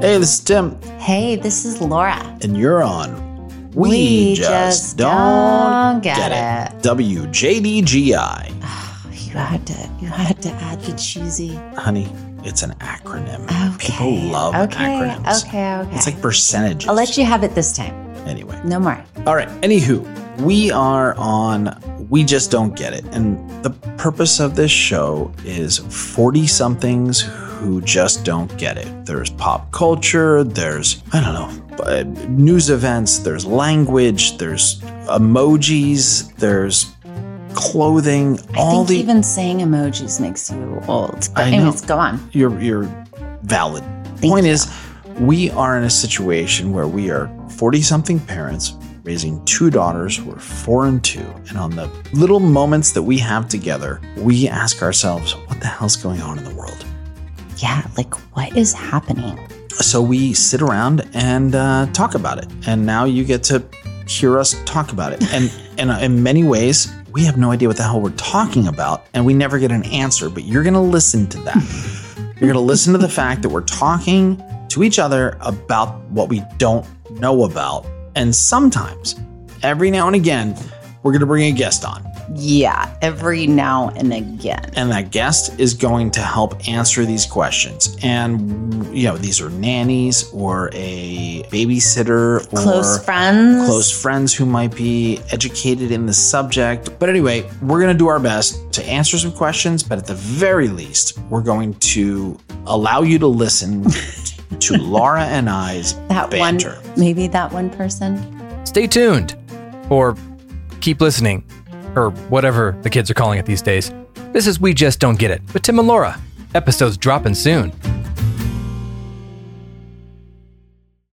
Hey, this is Tim, Hey, this is Laura. and you're on. We, We just don't get it. WJDGI. Oh, You had to, you had to add the cheesy. Honey, it's an acronym. Okay. People love okay, acronyms. Okay, okay. It's like percentages. I'll let you have it this time. Anyway. No more. All right. Anywho, we are on We Just Don't Get It. And the purpose of this show is 40 somethings who just don't get it. There's pop culture, there's, I don't know, uh, news events, there's language, there's emojis, there's clothing, I all think the. even saying emojis makes you old. But I know. anyways, go on. you're, you're valid. Thank Point you. is, we are in a situation where we are 40 something parents raising two daughters. We're four and two. And on the little moments that we have together, we ask ourselves, what the hell's going on in the world? Yeah, like what is happening? So we sit around and uh, talk about it. And now you get to hear us talk about it. And, and uh, in many ways, we have no idea what the hell we're talking about, and we never get an answer, but you're going to listen to that. you're going to listen to the fact that we're talking to each other about what we don't know about. And sometimes, every now and again, we're going to bring a guest on. Yeah, every now and again. and that guest is going to help answer these questions. And you know, these are nannies or a babysitter or Close friends. close friends who might be educated in the subject. But anyway, we're going to do our best to answer some questions, but at the very least, we're going to allow you to listen to Laura and I's That banter. one, maybe that one person. Stay tuned, or keep listening, or whatever the kids are calling it these days. This is We Just Don't Get It with Tim and Laura. Episodes dropping soon.